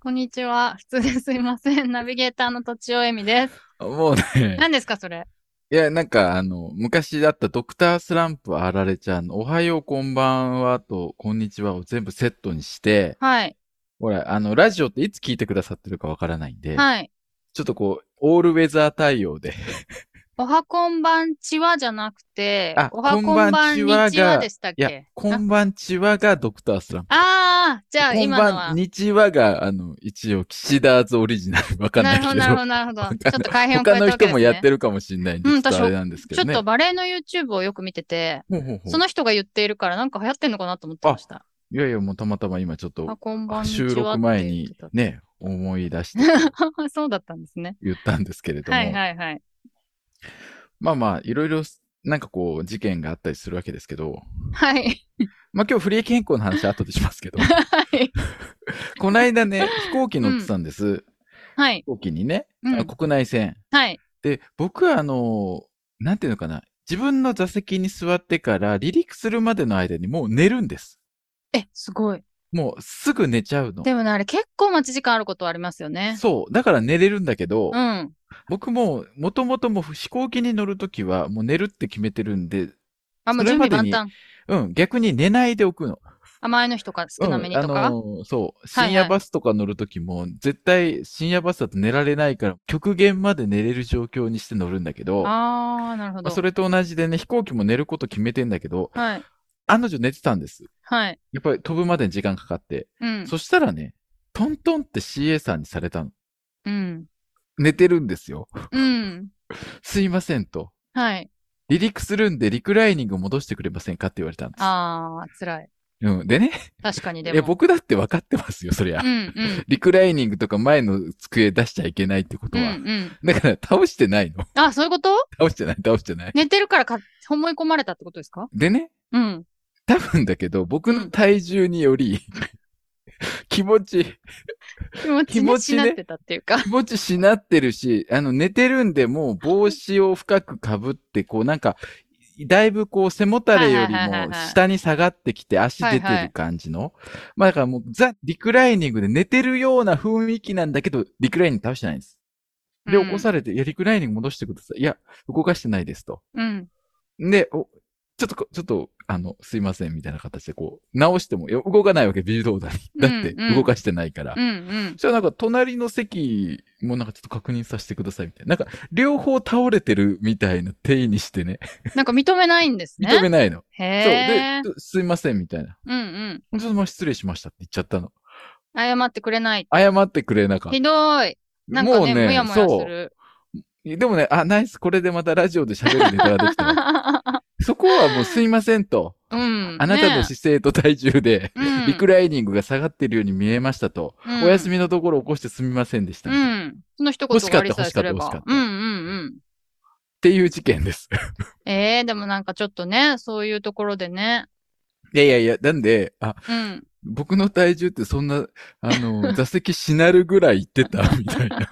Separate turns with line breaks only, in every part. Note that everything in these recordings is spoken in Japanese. こんにちは。普通ですいません。ナビゲーターのとちおえみです。
もうね、
何ですか、それ。
いや、なんかあの、昔だったドクタースランプあられちゃんのおはようこんばんはとこんにちはを全部セットにして、
はい。
ほら、あの、ラジオっていつ聞いてくださってるかわからないんで、
はい。
ちょっとこう、オールウェザー対応で、
おはこんばんちはじゃなくて
あ、
おはこんばんに
こんばんち
ち
は
は
が
でしたっ
いや
け、
こんばんちはがドクタースランプ。
ああ、じゃあ
こん
今の
ば
は
ん。にちはが、あの、一応、岸田ーズオリジナル。わかんな
ないるほど、
け
なるほ
ど。
ど、なるほど。
わかん
ちょ
な
っ
い
と改変を超
他
えた
の
わけ
人
です、ね。
もやってるかもしれないんで、
う
ちょ
ん
っと
私
あれなんですけ
ちょ
ど
っ
ね。
とバレエの YouTube をよく見てて、
ほうほうほう
その人が言っているからなんか流行ってんのかなと思ってました。
いやいや、もうたまたま今ちょっ
おは
と、
こんばんにちはっ
収
て言ってた
録前にね、思い出して
そうだったんですね。
言ったんですけれども、
はいはいはい。
まあまあ、いろいろ、なんかこう、事件があったりするわけですけど、
はい。
まあ今日不利益変更の話は後でしますけど、
はい。
この間ね、飛行機乗ってたんです。
はい
飛。行機にね、
うん
あの国内線。
はい。
で、僕はあの、なんていうのかな、自分の座席に座ってから離陸するまでの間にもう寝るんです。
え、すごい。
もうすぐ寝ちゃうの。
でもね、あれ結構待ち時間あることはありますよね。
そう。だから寝れるんだけど、
うん。
僕も、もともともう飛行機に乗るときは、もう寝るって決めてるんで、
あ、もう
それ
準
ま
備
でに
万端。
うん、逆に寝ないでおくの。
あ、前の日とか少なめにと
うん、
か。
あのーそう。
はいはい
深夜バスとか乗るときも、絶対深夜バスだと寝られないから、極限まで寝れる状況にして乗るんだけど、ま
あー、なるほ
あ
ど。
それと同じでね、飛行機も寝ること決めてんだけど、
はい。
案の定寝てたんです。
はい。
やっぱり飛ぶまでに時間かかって。
うん。
そしたらね、トントンって CA さんにされたの。
うん。
寝てるんですよ。
うん。
すいませんと。
はい。
離陸するんでリクライニング戻してくれませんかって言われたんです。
あー、辛い。
うん。でね、
確かにで
いや、
も。
僕だって分かってますよ、そりゃ。
うん、うん。
リクライニングとか前の机出しちゃいけないってこ
う
と
ん、う
は。
ん。
だから倒してないの。
あ、そういうこと
倒してない、倒してない。
寝てるからか、思い込まれたってことですか
でね、
うん。
多分だけど、僕の体重により、 気持ち、
気 持
気
ち
持
に
ち
し
ね
なってたっていうか。
気持ちしなってるし、あの、寝てるんで、もう帽子を深くかぶって、こうなんか、だいぶこう背もたれより
はいはいはい
も
はいはい
下に下がってきて足出てる感じの。まあだからもうザ・リクライニングで寝てるような雰囲気なんだけど、リクライニング倒してないんです。 で、
うん
起こされて、いや、リクライニング戻してください。いや、動かしてないですと。
うん。
で、お、ちょっとこ、ちょっと、あの、すいません、みたいな形でこう、直しても、いや、動かないわけ、ビルドーダーに。だって、
うんうん
動かしてないから。
うん、うん
そし。たらなんか、隣の席もなんかちょっと確認させてください、みたいな。なんか、両方倒れてるみたいな定義にしてね、
なんか認めないんですね。
認めないの。そう。
へ
で
ー。、
ちょすいません、みたいな。
うん、うん。
ちょっとまあ失礼しましたって言っちゃったの。
謝ってくれない。
謝ってくれなかった。
ひどい。なんかね、もやもやす
そう。
る。
でもね、あ、ナイス、これでまたラジオで喋るネタができ たわ。そこはもうすいませんと。
うん。
あなたの
ね
姿勢と体重で、
うん
リクライニングが下がってるように見えましたと、
うん
お休みのところ起こしてすみませんでした、
う
っ
ん。その一言
欲し
終
かっ
わ
た
りさえすれ
欲しか
ば
っ。た
うんう
欲
んうん。
ていう事件 です。
ええでもなんかちょっとね、そういうところでね。
いやいやいや、なんで、あ、
うん。
僕の体重ってそんな、あの、 座席しなるぐらいいって たみたいな。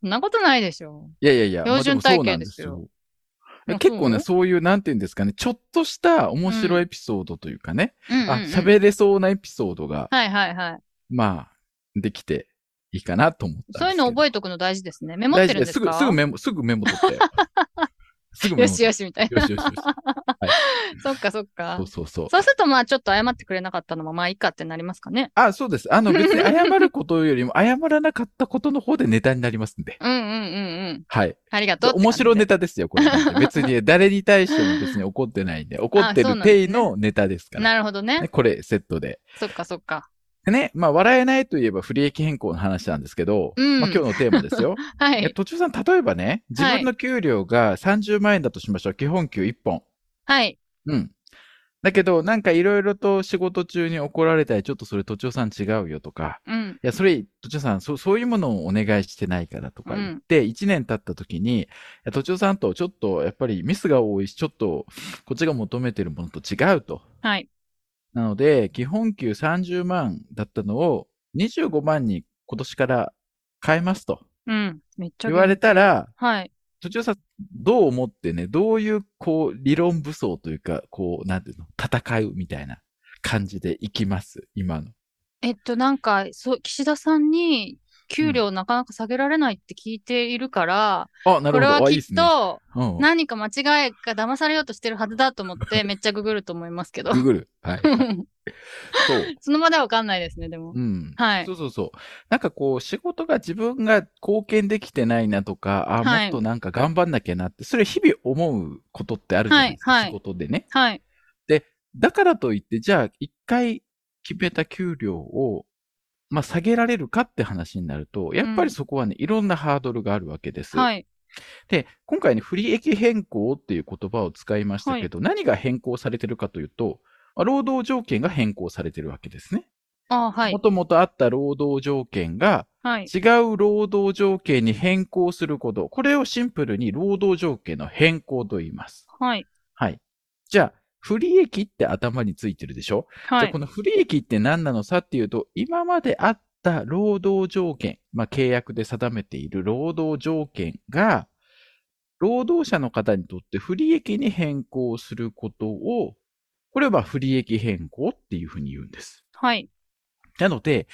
そんなことないでしょ。
いやいやいや、
標準
まあもそう
体型
なん
ですよ
え
あそう
結構ね、そういう、なんていうんですかね、ちょっとした面白いエピソードというかね、
うんうん、うん。
あ、喋れそうなエピソードが、
はいはいはい。
まあ、できていいかなと思ったんですけど。
そういうの覚えとくの大事ですね。メモってるんですか
大事すぐ、すぐメモ、すぐメモ取 って。すぐメモ取って
よしよし みたい
よしよしよし。
な。そっかそっか
そう。そうそう。
そうするとまあちょっと謝ってくれなかったのもまあいいかってなりますかね。
あ、そうです。あの、別に謝ることよりも、謝らなかったことの方でネタになりますんで。
うんうんうんうん。
はい。
ありがとう。
面白ネ
タ。
タですよ、これなん て。別に、誰に対しても別に怒ってないんで、怒って
あそう
る
なんで
定
すね
のネタですから。
なるほど
ね
ね。
これ、セットで。
そっかそっか。
でね、まあ、笑えないといえば不利益変更の話なんですけど、
うん
まあ、今日のテーマですよ。
は
え、
い。
途中さん、例えばね、自分の給料が30万円だとしましょう。基本給1本。
はい。
うん。だけど、なんかいろいろと仕事中に怒られたり、ちょっとそれ、都庁さん違うよとか、
うん。
いや、それ、都庁さん、そそういうものをお願いしてないからとか言って、1年経った時に、いや都庁さんとちょっと、やっぱりミスが多いし、ちょっと、こっちが求めてるものと違うと。
はい。
なので、基本給30万だったのを、25万に今年から変えますと
うん。めっちゃ
言われたら、
はい。
途中さん、どう思ってね、どういう、こう、理論武装というか、こう、なんていうの、戦うみたいな感じでいきます、今の。
えっと、なんか、そう、岸田さんに給料なかなか下げられないって聞いているから、
あ、なるほど。
これは
あいい
きっ
すね
と
うん、
何か間違いが騙されようとしてるはずだと思って、めっちゃググると思いますけど。
ググる。はい。 そう。
その場ではわかんないですね、でも。
うん。
はい
そうそうそう。なんかこう、仕事が自分が貢献できてないなとか、あ、
はい
もっとなんか頑張んなきゃなって、それ日々思うことってあるじゃないですか、
はいはい
仕事でね。
はい。
だからといって、じゃあ、一回決めた給料を、まあ、下げられるかって話になると、やっぱりそこはね、いろんなハードルがあるわけです。
はい。
で、今回ね、不利益変更っていう言葉を使いましたけど、何が変更されてるかというと、まあ労働条件が変更されてるわけですね。
あはい
も。ともとあった労働条件が、
はい。
違う労働条件に変更すること。これをシンプルに労働条件の変更と言います。
はい。
はい。じゃあ、不利益って頭についてるでしょ、じ
は
ゃあ
い
こ。の不利益って何なのさっていうと、今まであった労働条件、まあ契約で定めている労働条件が、労働者の方にとって不利益に変更することを、これはまあ不利益変更っていうふうに言うんです。
はい。
なので、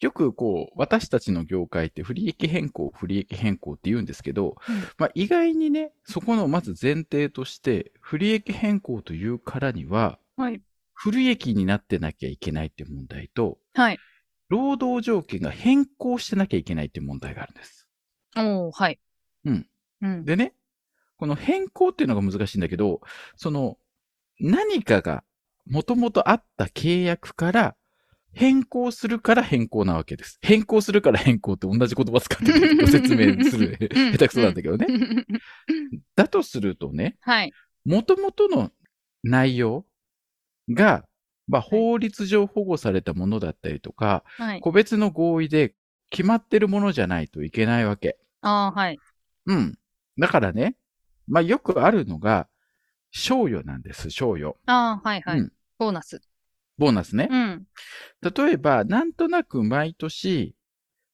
よくこう、私たちの業界って不利益変更、不利益変更って言うんですけど、
うん
まあ意外にね、そこのまず前提として、不利益変更というからには、
はい。
不利益になってなきゃいけないって問題と、
はい。
労働条件が変更してなきゃいけないって問題があるんです。
おー、はい。
うん。
うん。
でね、この変更っていうのが難しいんだけど、その、何かが元々あった契約から変更するから変更なわけです。変更するから変更って同じ言葉使って てご説明する。
うん
下手くそなんだけどね。だとするとね、
はい。
元々の内容が、まあ、法律上保護されたものだったりとか、
はい。
個別の合意で決まってるものじゃないといけないわけ。
あー、はい。
うん。だからね、まあよくあるのが、賞与なんです、賞与。
あー、はい。は
う
い
ん。
ボーナス。
ボーナスね。
うん。
例えば、なんとなく毎年、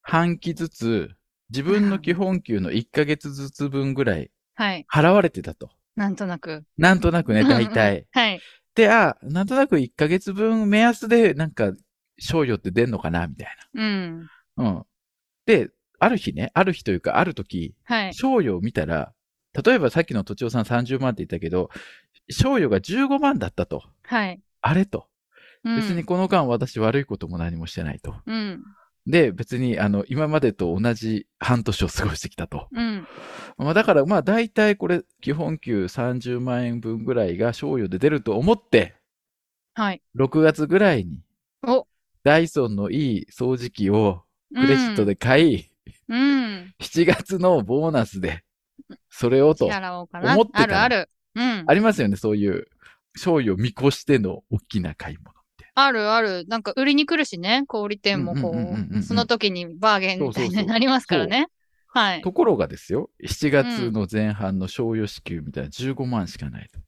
半期ずつ、自分の基本給の1ヶ月ずつ分ぐらい
はい。
払われてたと。
なんとなく。
なんとなくね、大体。
はい。
で、あ、なんとなく1ヶ月分目安で、なんか、賞与って出んのかな、みたい
うん。
な。うん。で、ある日ね、ある日というか、ある時、
はい。
賞与を見たら、例えばさっきの都庁さん30万って言ったけど、賞与が15万だったと。
はい。
あれと。
うん
別に。この間私悪いことも何もしてないと。
うん。
で、別にあの、今までと同じ半年を過ごしてきたと。
うん。
まあだからまあ大体これ、基本給30万円分ぐらいが賞与で出ると思って、
はい。
6月ぐらいに
お、
ダイソンのいい掃除機をクレジットで買い、
うん。
7月のボーナスで、それを
支
と。
払おうかな。
思ってた
あるある。う ん。
ありますよね、そういう、賞与を見越しての大きな買い物って。
あるある。なんか売りに来るしね、小売店もこ
うんうんうんうんうん
う、その時にバーゲンみたい
そうそうそう
になりますからね。はい。
ところがですよ、7月の前半の賞与支給みたいな15万しかないと。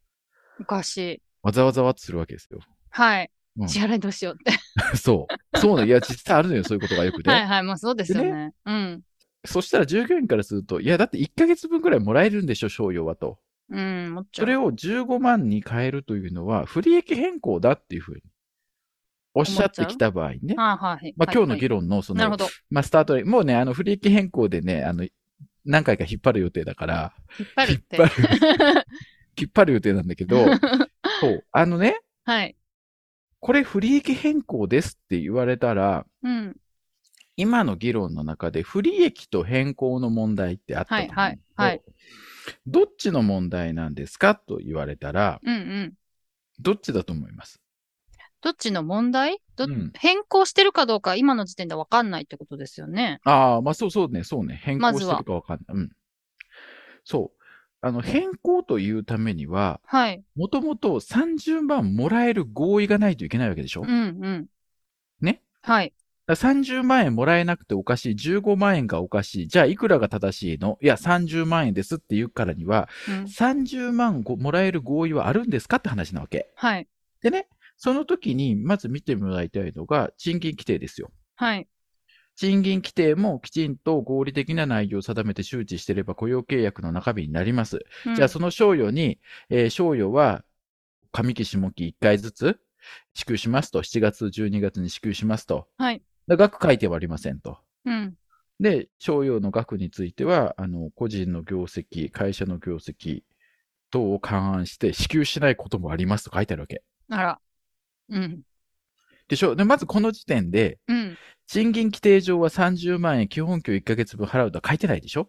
おかしい。
わざわざわっとするわけですよ。
はい。
うん
支払いどうしようって。
そう。そうなの。いや、実際あるのよ、そういうことがよくね。
はいはい。まあそうですよ
で
ね。うん。
そしたら従業員からすると、いや、だって1ヶ月分くらいもらえるんでしょ、賞与はと。
うん。もっち
そ
ょ
れを15万に変えるというのは、不利益変更だっていうふうに、おっしゃってきた場合ね。
はいはい。
まあ、今日の議
論
論の、そ
なる
の
ほ、ど。
まあ、スタートで、もうね、あの、不利益変更でね、あの、何回か引っ張る予定だから、
引っ張るって
引。っ張る。 引っ張る予定なんだけど、そう。あのね、
はい。
これ不利益変更ですって言われたら、
うん。
今の議論の中で不利益と変更の問題ってあったと思うんですよ
はいはいはい
どっちの問題なんですかと言われたら、
うんうん。
どっちだと思います
どっちの問題ど
うん
変更してるかどうか、今の時点でわかんないってことですよね。
ああ、まあそうそうね、そうね。変更
まず
して
は
るかわかんない。うん。そう。あの、変更というためには、
はい。
もともと30万もらえる合意がないといけないわけでしょ、
うんうん。
ね
はい。
だから30万円もらえなくておかしい、15万円がおかしい、じゃあいくらが正しいのいや、30万円ですっていうからには、
うん
30万ごもらえる合意はあるんですかって話なわけ。
はい。
でね、その時にまず見てもらいたいのが賃金規定ですよ。
はい。
賃金規定もきちんと合理的な内容を定めて周知していれば雇用契約の中身になります。
うん
じゃあその賞与に、えー賞与は上期下期1回ずつ支給しますと、7月、12月に支給しますと。
はい
で。額書いてはありませんと。
うん。
で、賞与の額については、あの、個人の業績、会社の業績等を勘案して支給しないこともありますと書いてあるわけ。
あら。うん。
でしょで、まずこの時点で、
うん。
賃金規定上は30万円基本給1ヶ月分払うとは書いてないでしょ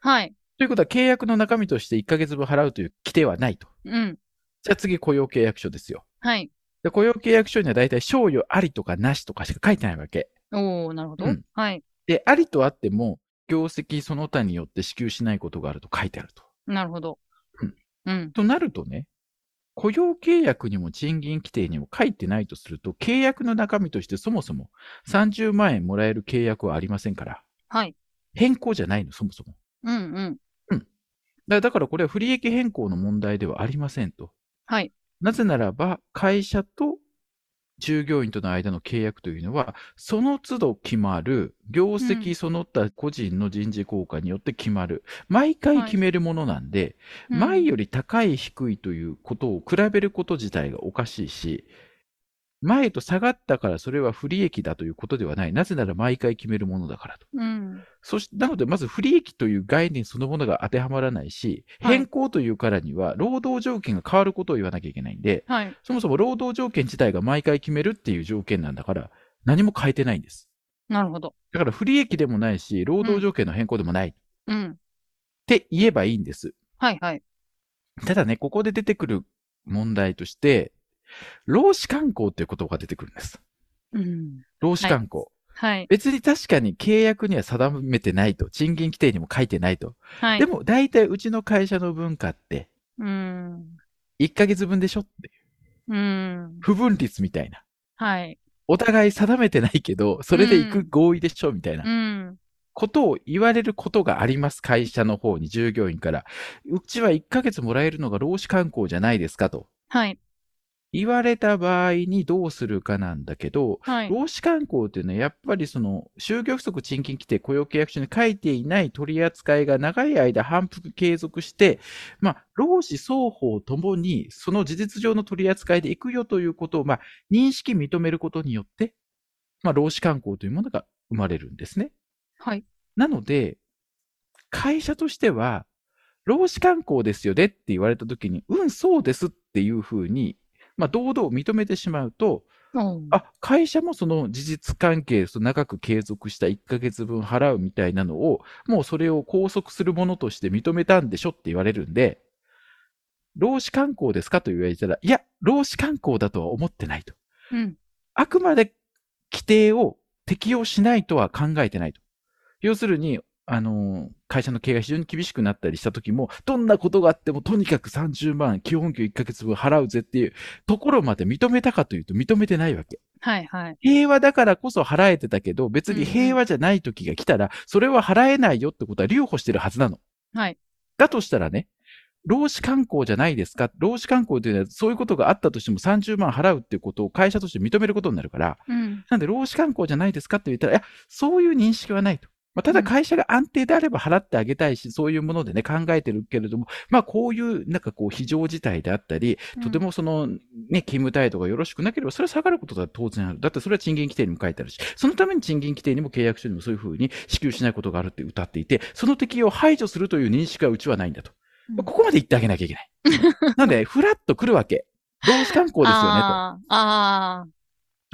はい。
ということは契約の中身として1ヶ月分払うという規定はないと。
うん。
じゃあ次雇用契約書ですよ。
はい。
で雇用契約書には大体賞与ありとかなしとかしか書いてないわけ。
おー、なるほど
うん。
はい。
で、ありとあっても、業績その他によって支給しないことがあると書いてあると。
なるほど
うん。
うん。
となるとね、雇用契約にも賃金規定にも書いてないとすると、契約の中身としてそもそも30万円もらえる契約はありませんから、
はい。
変更じゃないの、そもそも。
うんうん。
だだからこれは不利益変更の問題ではありませんと。
はい。
なぜならば、会社と従業員との間の契約というのは、その都度決まる、業
う
績
ん
その他個人の人事効果によって決まる、毎回決めるものなんで、
うん
前より高い低いということを比べること自体がおかしいし、前と下がったからそれは不利益だということではない。なぜなら毎回決めるものだからと。
うん。
そして、なので、まず不利益という概念そのものが当てはまらないし、
はい
変更というからには、労働条件が変わることを言わなきゃいけないんで、
はい。
そもそも労働条件自体が毎回決めるっていう条件なんだから、何も変えてないんです。
なるほど。
だから不利益でもないし、労働条件の変更でもないっ
うん。
て言えばいいんです。
はいはい。
ただね、ここで出てくる問題として、労使慣行っていう言葉が出てくるんです。
うん。
労使慣行。
はい。
別に確かに契約には定めてないと、賃金規定にも書いてないと。
はい。
でも、大体うちの会社の文化って、
うん。
1ヶ月分でしょって。
うん。
不分率みたいな。
はい。
お互い定めてないけど、それで行く
うん
合意でしょみたいな
うん。
ことを言われることがあります。会社の方に、従業員から。うちは1ヶ月もらえるのが労使慣行じゃないですかと。
はい。
言われた場合にどうするかなんだけど、
はい。
労使慣行っていうのはやっぱりその、就業不足賃金規定雇用契約書に書いていない取り扱いが長い間反復継続して、まあ、労使双方ともにその事実上の取り扱いでいくよということを、まあ、認識認めることによって、まあ、労使慣行というものが生まれるんですね。
はい。
なので、会社としては、労使慣行ですよねって言われたときに、うん、そうですっていうふうに、まあ、堂々認めてしまうと、
おー
あ、会社もその事実関係、その長く継続した1ヶ月分払うみたいなのを、もうそれを拘束するものとして認めたんでしょって言われるんで、労使慣行ですかと言われたら、いや、労使慣行だとは思ってないと。
うん。
あくまで規定を適用しないとは考えてないと。要するに、あのー会社の経営が非常に厳しくなったりした時も、どんなことがあってもとにかく30万、基本給1ヶ月分払うぜっていうところまで認めたかというと認めてないわけ。
はいはい。
平和だからこそ払えてたけど、別
うんう
に
ん
平和じゃない時が来たら、それは払えないよってことは留保してるはずなの。
はい。
だとしたらね、労使慣行じゃないですか。労使慣行というのは、そういうことがあったとしても30万払うっていうことを会社として認めることになるから、
うん。
なんで労使慣行じゃないですかって言ったら、いや、そういう認識はないと。まあ、ただ
うん
会社が安定であれば払ってあげたいし、そういうものでね、考えてるけれども、まあこういう、なんかこう、非常事態であったり、とてもその、ね、勤務態度がよろしくなければ、それは下がることだって当然ある。だってそれは賃金規定にも書いてあるし、そのために賃金規定にも契約書にもそういうふうに支給しないことがあるって歌っていて、その適用を排除するという認識はうちはないんだと。
う
こ
ん
こまで言ってあげなきゃいけ ない。なんで、フラッと来るわけ。労使慣行ですよね、と。
あーあ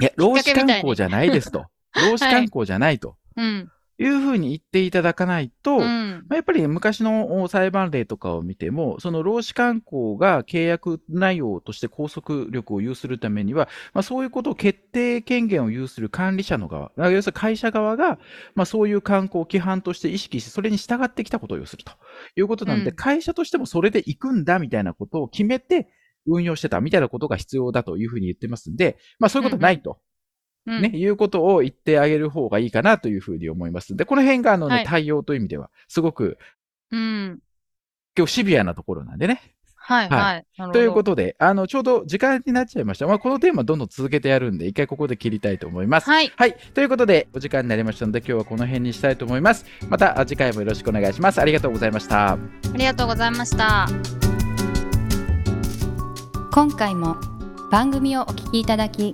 いや、労使
きっかけみた
慣
い
行
に
じゃないですと。労使慣行じゃないと。
ー。うん。
いうふうに言っていただかないと、
うん
まあやっぱり昔のお裁判例とかを見ても、その労使慣行が契約内容として拘束力を有するためには、まあ、そういうことを決定権限を有する管理者の側、あ要するに会社側が、まあ、そういう慣行を規範として意識して、それに従ってきたことを有するということなので、
うん
会社としてもそれで行くんだみたいなことを決めて、運用してたみたいなことが必要だというふうに言ってますんで、まあそういうことないと。
うん
ね、いうことを言ってあげる方がいいかなというふうに思います。で、この辺があのね、
はい
対応という意味では、すごく、
うん。
結構シビアなところなんでね。
はい、
はい
はい。なるほど
ということで、あの、ちょうど時間になっちゃいました。まあ、このテーマどんどん続けてやるんで、一回ここで切りたいと思います。
はい。
はい。ということで、お時間になりましたので、今日はこの辺にしたいと思います。またあ次回もよろしくお願いします。ありがとうございました。
ありがとうございました。
今回も番組をお聞きいただき